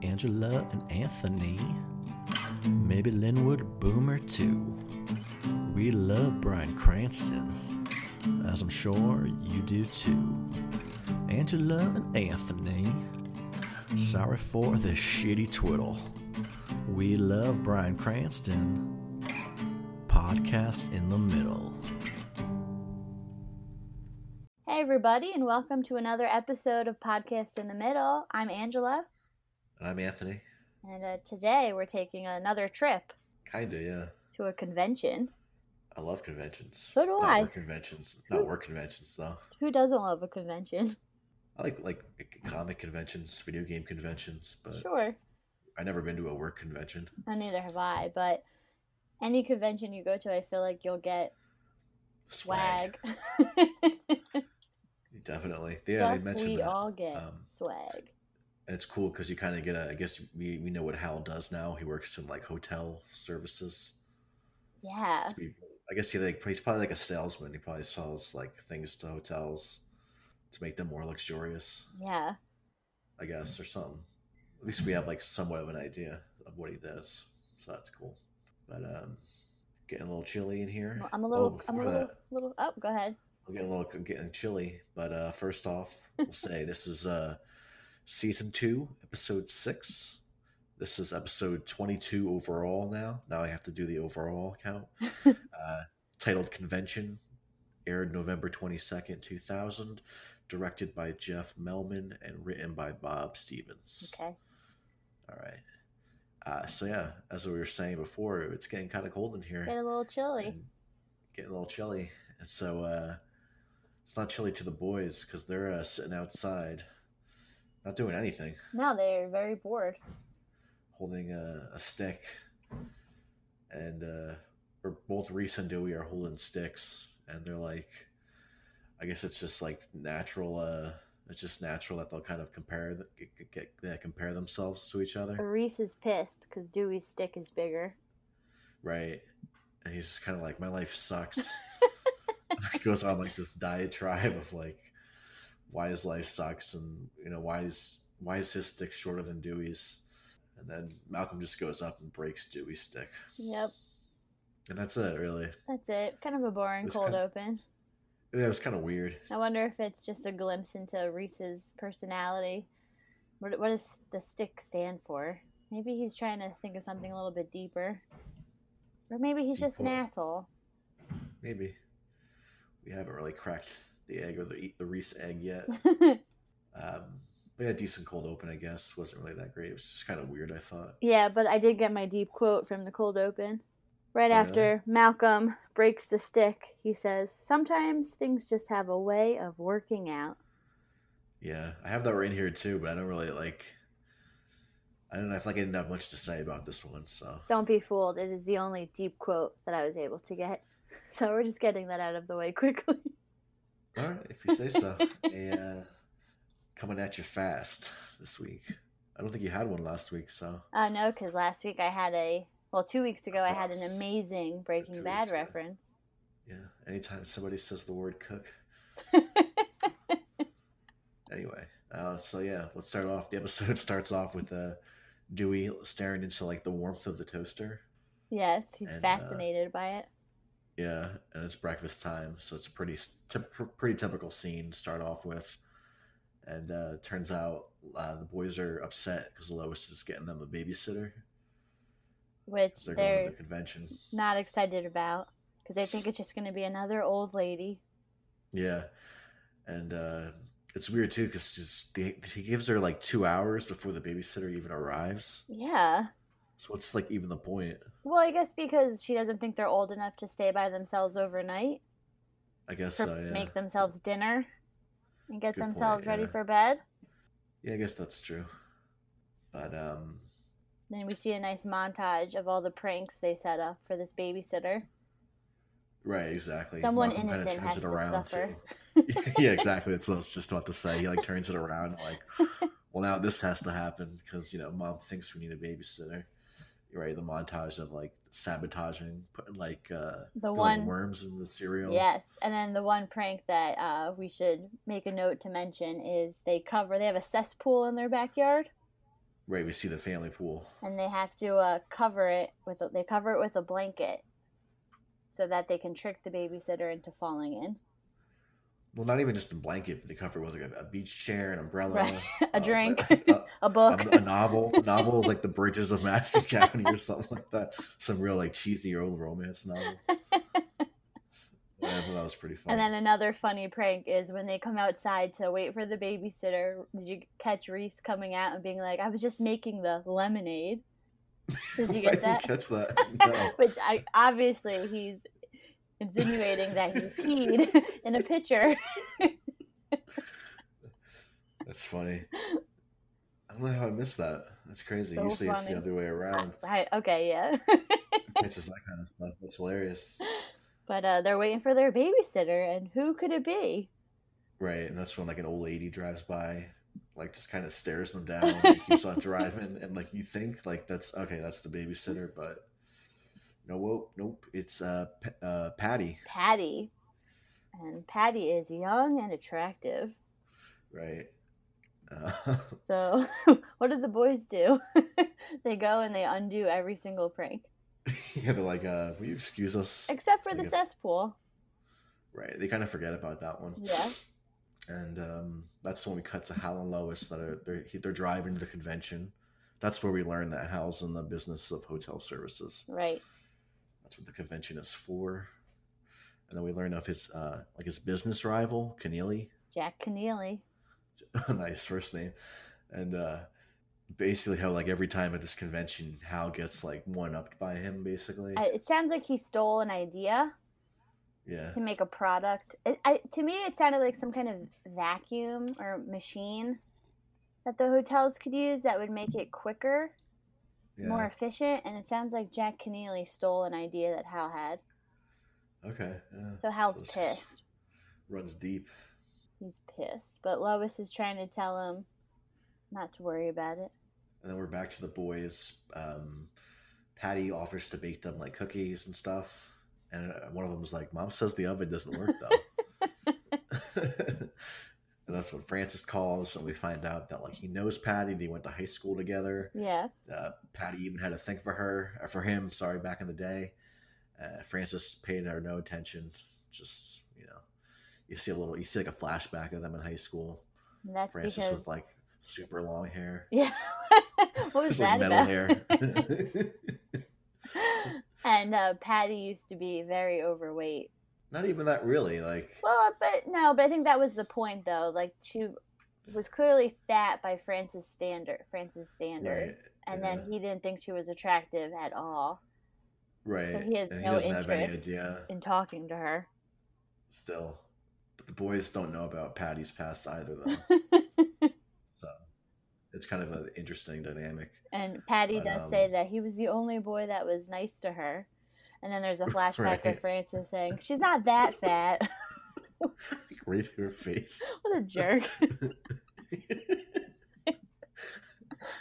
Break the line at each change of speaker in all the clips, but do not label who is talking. Angela and Anthony. Maybe Linwood Boomer too. We love Brian Cranston, as I'm sure you do too. Angela and Anthony, sorry for the shitty twiddle. We love Brian Cranston. Podcast in the middle.
Hey, everybody, and welcome to another episode of Podcast in the Middle. I'm Angela,
I'm Anthony.
and uh, today we're taking another trip
Kinda, yeah.
to a convention.
I love conventions.
So do
Not
I.
Work conventions, not work conventions though.
Who doesn't love a convention?
I like like comic conventions, video game conventions, but
Sure.
I've never been to a work convention.
And neither have I, but any convention you go to, I feel like you'll get swag.
Definitely. Yeah, they
Stuff
mentioned
we
that.
all get
um,
swag.
and it's cool because you kind of get a, I guess we, we know what Hal does now. He works in like hotel services.
Yeah.
To be- I guess he like, he's probably like a salesman. He probably sells like things to hotels to make them more luxurious,
Yeah.
I guess, or something. At least we have like somewhat of an idea of what he does. So that's cool. But, um, getting a little chilly in here.
Well, I'm a
Oh,
little, I'm a
before
little,
that-
little, oh, go ahead.
I'm getting a little I'm getting chilly, but uh, first off, we'll say this is uh, season two, episode six. This is episode 22 overall now. Now I have to do the overall count. uh, titled Convention, aired November 22nd, 2000, directed by Jeff Melman and written by Bob Stevens.
Okay.
All right. Uh, so, yeah, as we were saying before, it's getting kind of cold in here
Get a little chilly.
and Getting a little chilly. And so uh, it's not chilly to the boys because they're uh, sitting outside, not doing anything,
Now they're very bored.
holding a, a stick. And uh, we're both Reese and Dewey are holding sticks, and they're like, I guess it's just like natural. Uh, it's just natural that they'll kind of compare the, get, get, yeah, compare themselves to each other,
Reese is pissed because Dewey's stick is bigger.
right? And he's just kind of like, my life sucks. goes on like this diatribe of like why his life sucks and you know why is why is his stick shorter than Dewey's and then Malcolm just goes up and breaks Dewey's stick
Yep,
and that's it really
that's it. Kind of a boring
It's
cold
kind-
open.
yeah, it was kind of weird
I wonder if it's just a glimpse into Reese's personality. What, what does the stick stand for? Maybe he's trying to think of something a little bit deeper. Or maybe he's just an
Deeper.
asshole.
maybe we haven't really cracked the egg or the the Reese egg yet um but yeah decent cold open I guess wasn't really that great it was just kind of weird I thought
yeah, but I did get my deep quote from the cold open. Right
Oh,
after Malcolm breaks the stick, he says, Sometimes things just have a way of working out.
yeah I have that right here too but I don't really like I don't know I feel like I didn't have much to say about this one so
Don't be fooled. It is the only deep quote that I was able to get. So we're just getting that out of the way quickly.
All right, if you say so. yeah. Coming at you fast this week. I don't think you had one last week, so
Uh, no, because last week I had a, well, two weeks ago I had an
Yes.
amazing Breaking
Two
Bad
weeks ago.
reference.
yeah. Anytime somebody says the word cook. anyway, uh, so yeah, let's start off. The episode starts off with uh, Dewey staring into like the warmth of the toaster.
Yes, he's
And, uh,
fascinated by it.
Yeah, and it's breakfast time, so it's a pretty s- typ- pr- pretty typical scene to start off with. And uh, turns out uh, the boys are upset because Lois is getting them a babysitter.
Which
'cause
they're,
They're going to the convention.
not excited about because they think it's just going to be another old lady.
Yeah, and uh, it's weird too because he gives her like two hours before the babysitter even arrives.
Yeah.
So what's like even the point?
Well, I guess because she doesn't think they're old enough to stay by themselves overnight,
I guess
for,
so. Yeah,
make themselves dinner, and get
Good point,
themselves ready
yeah.
for bed.
yeah, I guess that's true. But um,
Then we see a nice montage of all the pranks they set up for this babysitter.
right, exactly.
Someone
Malcolm kinda
innocent has to suffer.
too. yeah, exactly. That's what I was just about to say. He like turns it around, like, well, now this has to happen because you know, mom thinks we need a babysitter. Right, the montage of like sabotaging, putting like uh,
The
putting
one,
worms in the cereal.
yes, and then the one prank that uh, we should make a note to mention is they cover. They have a cesspool in their backyard,
Right, we see the family pool.
and they have to uh, cover it with a, they cover it with a blanket so that they can trick the babysitter into falling in
Well, not even just a blanket, but they cover it with like a, a beach chair, an umbrella,
Right. A
uh,
drink.
a,
a
a,
book
a novel. A novel is like the Bridges of Madison County or something like that. Some real like cheesy old romance novel. Yeah, I thought that was pretty funny.
and then another funny prank is when they come outside to wait for the babysitter did you catch reese coming out and being like i was just making the lemonade did you
I
get
didn't
that
catch that. No.
which i obviously he's insinuating that he peed in a pitcher
That's funny. I don't know how I missed that. That's crazy.
So
Usually it's the
funny.
other way around.
I, okay yeah
Catches that kind of stuff. That's hilarious.
but uh, they're waiting for their babysitter and who could it be
Right, and that's when like an old lady drives by, like just kind of stares them down, and keeps on driving, and like you think like that's okay, that's the babysitter, but no, nope, nope, it's uh, P- uh Patty,
Patty. And Patty is young and attractive.
right? Uh,
So, what do the boys do? they go and they undo every single prank,
yeah, they're like, uh, will you excuse us?
except for the
Yeah.
cesspool.
Right, they kind of forget about that one.
Yeah.
and um, that's when we cut to Hal and Lois that are they're, he- they're driving to the convention. That's where we learn that Hal's in the business of hotel services.
Right.
That's what the convention is for. And then we learn of his uh, like his business rival, Keneally.
Jack Keneally.
nice first name. And uh, basically how like every time at this convention Hal gets like one upped by him basically.
I, it sounds like he stole an idea
yeah.
to make a product. I, I, to me, it sounded like some kind of vacuum or machine that the hotels could use that would make it quicker,
yeah.
more efficient. And it sounds like Jack Keneally stole an idea that Hal had.
Okay. Yeah.
So Hal's
this is-
pissed.
Runs deep.
He's pissed, but Lois is trying to tell him not to worry about it.
And then we're back to the boys. Um, Patty offers to bake them like cookies and stuff. And uh, one of them is like, Mom says the oven doesn't work though. and that's when Francis calls, and we find out that like he knows Patty. They went to high school together.
Yeah,
Uh, Patty even had a thing for her, uh, for him. Sorry, back in the day. Uh, Francis paid her no attention. Just you know, you see a little, you see like a flashback of them in high school.
and that's
Francis
because
with like super long hair.
yeah, what was
It's like
that
metal
about?
hair.
and uh, Patty used to be very overweight.
Not even that really. Like
Well, but no, but I think that was the point though. Like she was clearly fat by Francis standard, Francis standards, and
yeah.
then he didn't think she was attractive at all
right,
he has
and he
no
doesn't have any
interest.
idea
in talking to her.
still. But the boys don't know about Patty's past either, though. so it's kind of an interesting dynamic.
And Patty
But,
does
um,
say that he was the only boy that was nice to her. And then there's a flashback
Right.
of Francis saying, She's not that fat.
Right to her face.
what a jerk.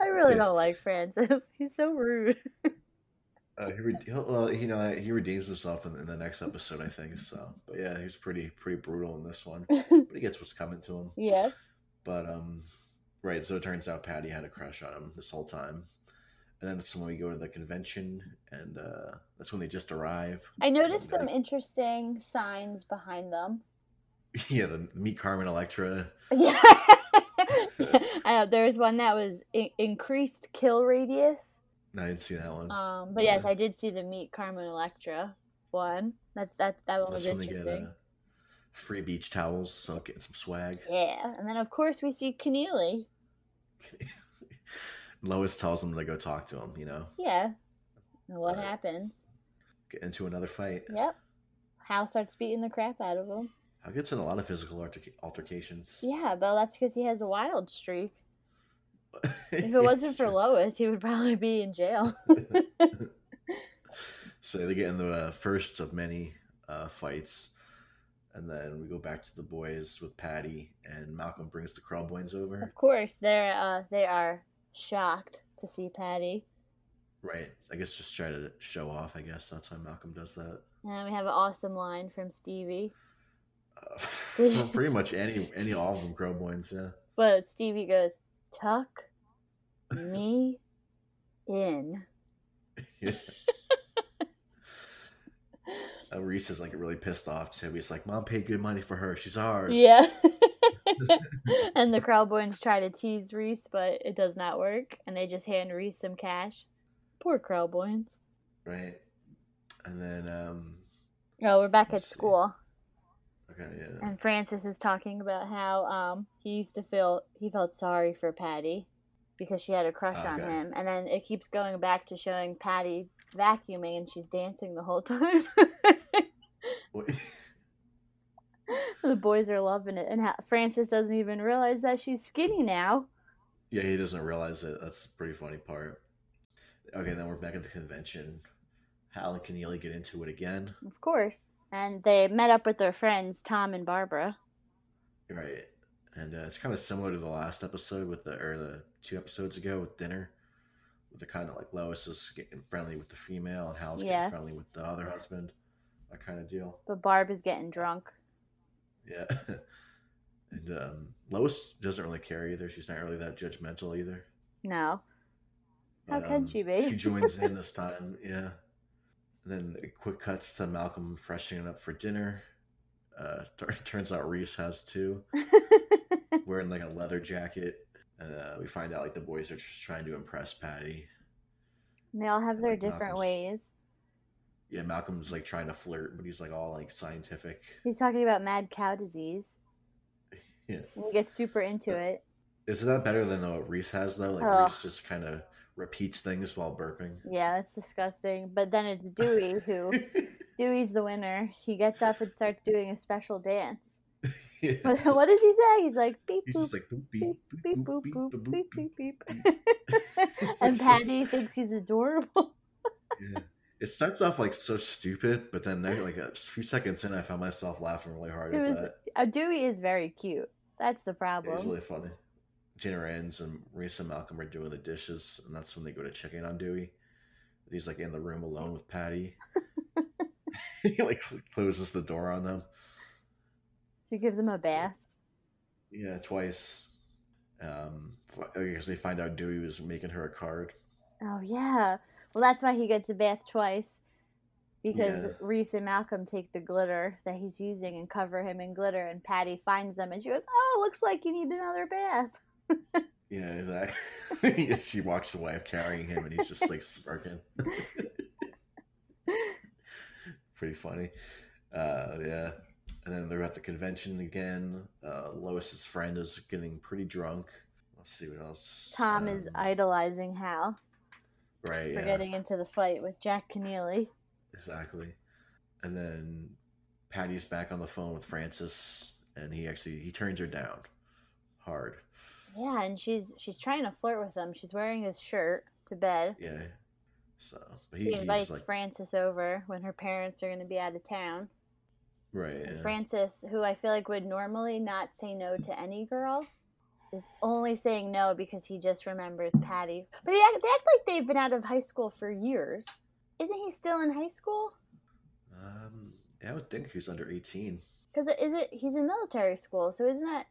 I really
Yeah.
don't like Francis. He's so rude.
Uh, he re- he'll, well, you know, he redeems himself in, in the next episode, I think. So, but yeah, he's pretty pretty brutal in this one. But he gets what's coming to him.
yeah.
But um, right. So it turns out Patty had a crush on him this whole time, and then that's when we go to the convention, and uh, that's when they just arrive.
I noticed
Okay.
some interesting signs behind them.
yeah, the meet Carmen Electra.
Yeah. uh, there was one that was in- increased kill radius.
No, I didn't see that one.
Um, but yes,
Yeah.
I did see the meet Carmen Electra one. That's that that one
that's
was
when they get
interesting.
uh, free beach towels, so I'm getting some swag.
Yeah, and then of course we see Keneally.
Lois tells them to go talk to him. You know,
Yeah. And what
Right.
happened?
get into another fight.
Yep. Hal starts beating the crap out of him.
Hal gets in a lot of physical alterca- altercations.
Yeah, but that's because he has a wild streak. If it
It's
wasn't for
true.
Lois, he would probably be in jail.
So they get in the uh, first of many uh, fights, and then we go back to the boys with Patty, and Malcolm brings the Crumboins over.
of course, they're uh, they are shocked to see Patty,
Right, I guess just try to show off. I guess that's why Malcolm does that.
and then we have an awesome line from Stevie.
Uh, for pretty much any any all of them Crumboins, yeah.
But Stevie goes, "Tuck me in.
Yeah. Uh, Reese is like really pissed off too. He's like, "Mom paid good money for her. She's ours."
Yeah. and the Crowboins try to tease Reese, but it does not work, and they just hand Reese some cash. Poor Crowboins.
Right. And then, um,
Oh, we're back at
Let's see.
school,
okay, yeah,
and Francis is talking about how um he used to feel he felt sorry for Patty because she had a crush on
Okay.
him, and then it keeps going back to showing Patty vacuuming and she's dancing the whole time.
Wait.
the boys are loving it, and how, Francis doesn't even realize that she's skinny now.
yeah, he doesn't realize it. That's the pretty funny part. Okay, then we're back at the convention. Hal and Keneally get into it again.
Of course. And they met up with their friends, Tom and Barbara.
Right. And uh, it's kind of similar to the last episode with the, or the two episodes ago with dinner. With the kind of like Lois is getting friendly with the female and Hal's
Yeah.
getting friendly with the other husband. That kind of deal.
But Barb is getting drunk.
Yeah. and um, Lois doesn't really care either. She's not really that judgmental either.
No. How
But,
can
um,
she be?
She joins in this time, yeah. And then it quick cuts to Malcolm freshening up for dinner. Uh, tur turns out Reese has too, wearing like a leather jacket. And uh, we find out like the boys are just trying to impress Patty.
they all have their
Like
different
Malcolm's-
ways.
Yeah, Malcolm's like trying to flirt, but he's like all like scientific.
He's talking about mad cow disease.
Yeah.
We get super into
But-
it.
Is that better than what Reese has though? Like
Ugh.
Reese just kind of repeats things while burping.
Yeah, that's disgusting. But then it's Dewey who Dewey's the winner. He gets up and starts doing a special dance.
yeah.
What, what does he say? He's like beep
He's
boop
just like boop beep
beep beep boop
boop
boop
beep
beep
beep.
beep beep. and
It's just-
Patty thinks he's adorable.
Yeah. It starts off like so stupid, but then there, like a few seconds in, I found myself laughing really hard
It
at
was
that.
Uh, Dewey is very cute. That's the
It was
problem.
really funny. Jenna Rans and Reese and Malcolm are doing the dishes, and that's when they go to check in on Dewey. And He's like in the room alone with Patty. he like closes the door on them.
She gives him a bath.
Yeah, twice. Um, because they find out Dewey was making her a card.
Oh yeah. Well, that's why he gets a bath twice, because
Yeah.
Reese and Malcolm take the glitter that he's using and cover him in glitter, and Patty finds them, and she goes, "Oh, looks like you need another bath."
Yeah, exactly. she walks away carrying him, and he's just like smirking. Pretty funny. Uh, yeah. And then they're at the convention again. Uh, Lois's friend is getting pretty drunk. Let's see what else.
Tom is
Um,
idolizing Hal
right.
for
Yeah,
getting into the fight with Jack Keneally.
exactly. And then Patty's back on the phone with Francis, and he actually he turns her down hard.
Yeah, and she's she's trying to flirt with him. She's wearing his shirt to bed.
Yeah. So, but he,
She
he's
invites
like
Francis over when her parents are going to be out of town.
right.
And
yeah.
Francis, who I feel like would normally not say no to any girl, is only saying no because he just remembers Patty. But he act, they act like they've been out of high school for years. Isn't he still in high school?
Um, I would think he's under eighteen.
Because is it he's in military school? So isn't that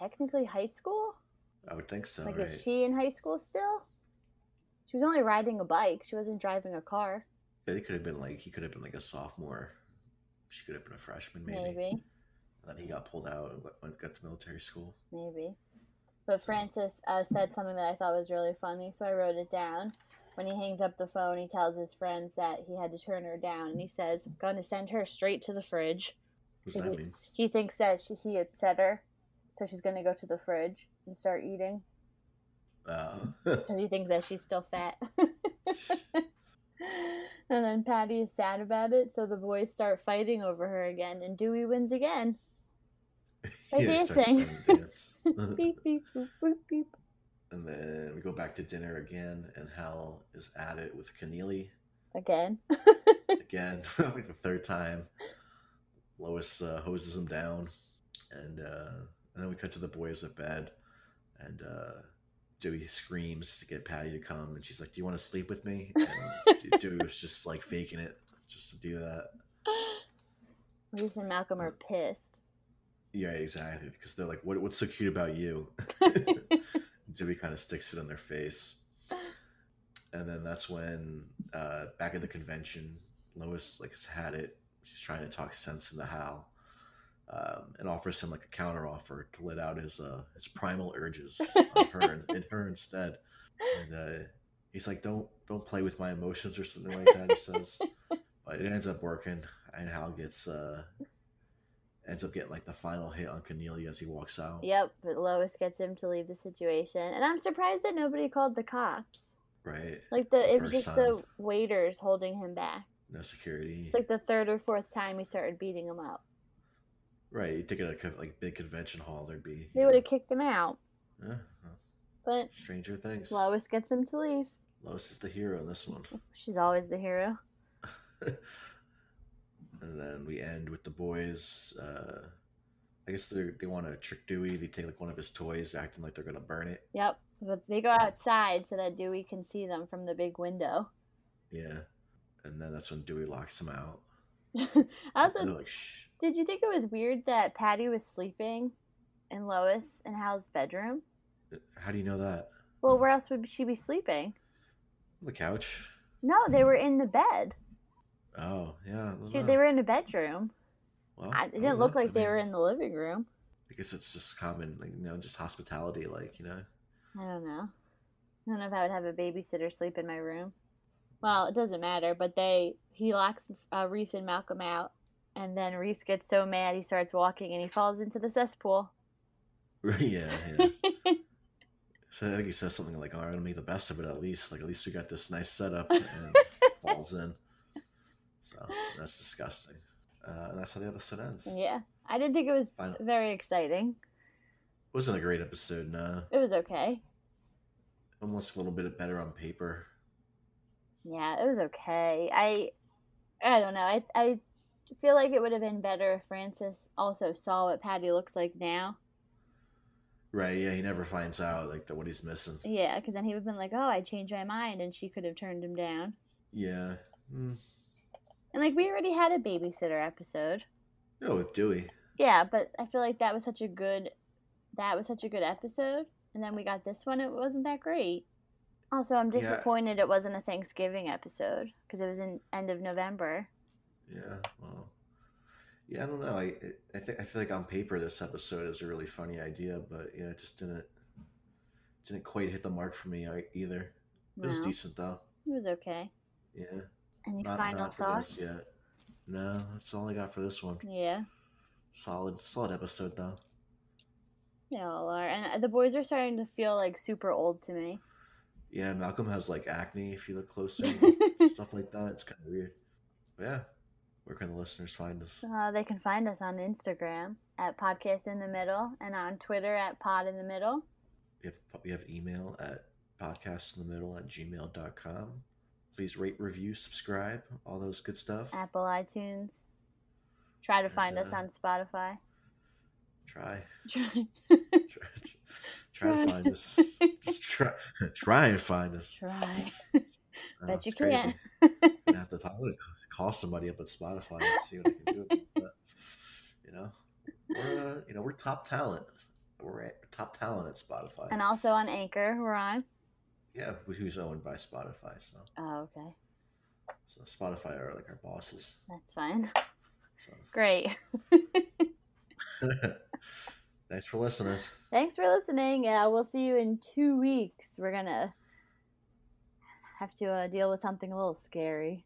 technically high school?
I would think so.
like
right.
is she in high school still? She was only riding a bike. She wasn't driving a car.
They could have been like he could have been like a sophomore. She could have been a freshman, maybe.
Maybe,
And then he got pulled out and went, went got to military school.
maybe. But Francis uh, said something that I thought was really funny, so I wrote it down. When he hangs up the phone, he tells his friends that he had to turn her down, and he says, "Going to send her straight to the fridge."
What does that mean?
He thinks that she, he upset her, so she's going to go to the fridge and start eating
Uh,
because he thinks that she's still fat. and then Patty is sad about it, so the boys start fighting over her again, and Dewey wins again. By
yeah, he starts
dancing.
to dance.
beep beep boop boop beep.
and then we go back to dinner again, and Hal is at it with Keneally
Again.
again, like the third time. Lois uh, hoses him down, and uh, and then we cut to the boys at bed, and uh, Dewey screams to get Patty to come, and she's like, "Do you want to sleep with me?" And De- Dewey was just like faking it just to do that.
Reese and Malcolm are pissed.
Yeah, exactly. Because they're like, "What? What's so cute about you?" Jimmy kind of sticks it in their face. And then that's when, uh, back at the convention, Lois like has had it. She's trying to talk sense into Hal, um, and offers him like a counter offer to let out his uh, his primal urges on her and her instead. And uh, he's like, "Don't don't play with my emotions or something like that." He says, but it ends up working, and Hal gets uh, ends up getting like the final hit on Cornelia as he walks out.
Yep, but Lois gets him to leave the situation, and I'm surprised that nobody called the cops.
Right.
Like the, it was
First
just the waiters holding him back.
No security.
It's like the third or fourth time he started beating him up.
right. You think at a co- like big convention hall, there'd be
They
you
would
know,
have kicked him out,
eh, well,
but
Stranger Things.
Lois gets him to leave.
Lois is the hero in this one.
She's always the hero.
and then we end with the boys. Uh, I guess they they want to trick Dewey. They take like one of his toys, acting like they're gonna burn it.
Yep. But they go outside so that Dewey can see them from the big window.
Yeah, and then that's when Dewey locks him out.
I
And
also,
they're like, Shh.
did you think it was weird that Patty was sleeping in Lois and Hal's bedroom?
How do you know that?
Well, where else would she be sleeping?
On the couch.
No, they were in the bed.
Oh yeah, I don't
She,
know.
they were in a bedroom.
Well,
I,
I
it
don't know.
didn't look
oh, I
like they
mean,
were in the living room.
I guess it's just common, like you know, just hospitality, like you know.
I don't know. I don't know if I would have a babysitter sleep in my room. Well, it doesn't matter, but they he locks uh, Reese and Malcolm out, and then Reese gets so mad he starts walking and he falls into the cesspool.
yeah, yeah. so I think he says something like, "All right, I'm gonna make the best of it at least. Like at least we got this nice setup." And falls in. So that's disgusting. Uh, and that's how the episode ends.
yeah, I didn't think it was
Final-
very exciting.
Wasn't a great episode, nah.
It was okay.
Almost a little bit better on paper.
Yeah, it was okay. I I don't know. I I feel like it would have been better if Francis also saw what Patty looks like now.
Right, yeah, he never finds out like the, what he's missing.
Yeah, because then he would have been like, "Oh, I changed my mind," and she could have turned him down.
Yeah. Mm.
And like we already had a babysitter episode.
Yeah, with Dewey.
Yeah, but I feel like that was such a good that was such a good episode. And then we got this one, it wasn't that great. Also, I'm
Yeah.
disappointed it wasn't a Thanksgiving episode because it was in end of November.
Yeah, well. Yeah, I don't know. I I think I feel like on paper this episode is a really funny idea, but yeah, it just didn't didn't quite hit the mark for me I- either. It
No,
was
it
decent though.
was okay.
Yeah.
Any
Not
final
not for
thoughts?
this yet. No, that's all I got for this one.
Yeah,
Solid solid episode though.
they all are. And uh, the boys are starting to feel like super old to me.
Yeah, Malcolm has like acne if you look closer, and stuff like that. It's kind of weird. But yeah, where can the listeners find us?
Uh, they can find us on Instagram at Podcast in the Middle and on Twitter at Pod in the Middle.
We have, we have email at podcastinthemiddle at gmail.com. Please rate, review, subscribe, all those good stuff.
Apple iTunes. Try to
And,
find us
uh,
on Spotify.
Try,
Try.
try, try to find us. Just try, try and find us.
Try.
Oh,
Bet you
it's crazy.
can't.
I'm gonna have to talk, I'm gonna call somebody up at Spotify and see what I can do. But, you know, we're, uh, you know, we're top talent. We're at, top talent at Spotify.
And also on Anchor, we're on.
yeah, wh- who's owned by Spotify? So,
Oh, okay.
so Spotify are like our bosses.
That's fine.
So,
Great.
thanks for listening.
Thanks for listening. Uh, we'll see you in two weeks. We're going to have to uh, deal with something a little scary.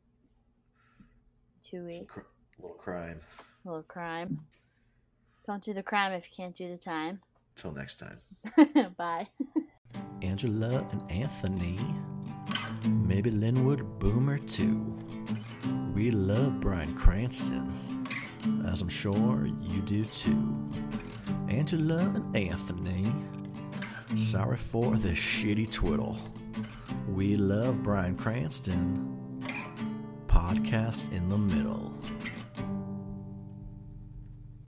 Two
Some
weeks.
cr- little crime.
A little crime. Don't do the crime if you can't do the time.
Till next time.
Bye.
Angela and Anthony. Maybe Linwood Boomer too. We love Brian Cranston, as I'm sure you do too. Angela and Anthony. Sorry for the shitty twiddle. We love Brian Cranston. Podcast in the middle.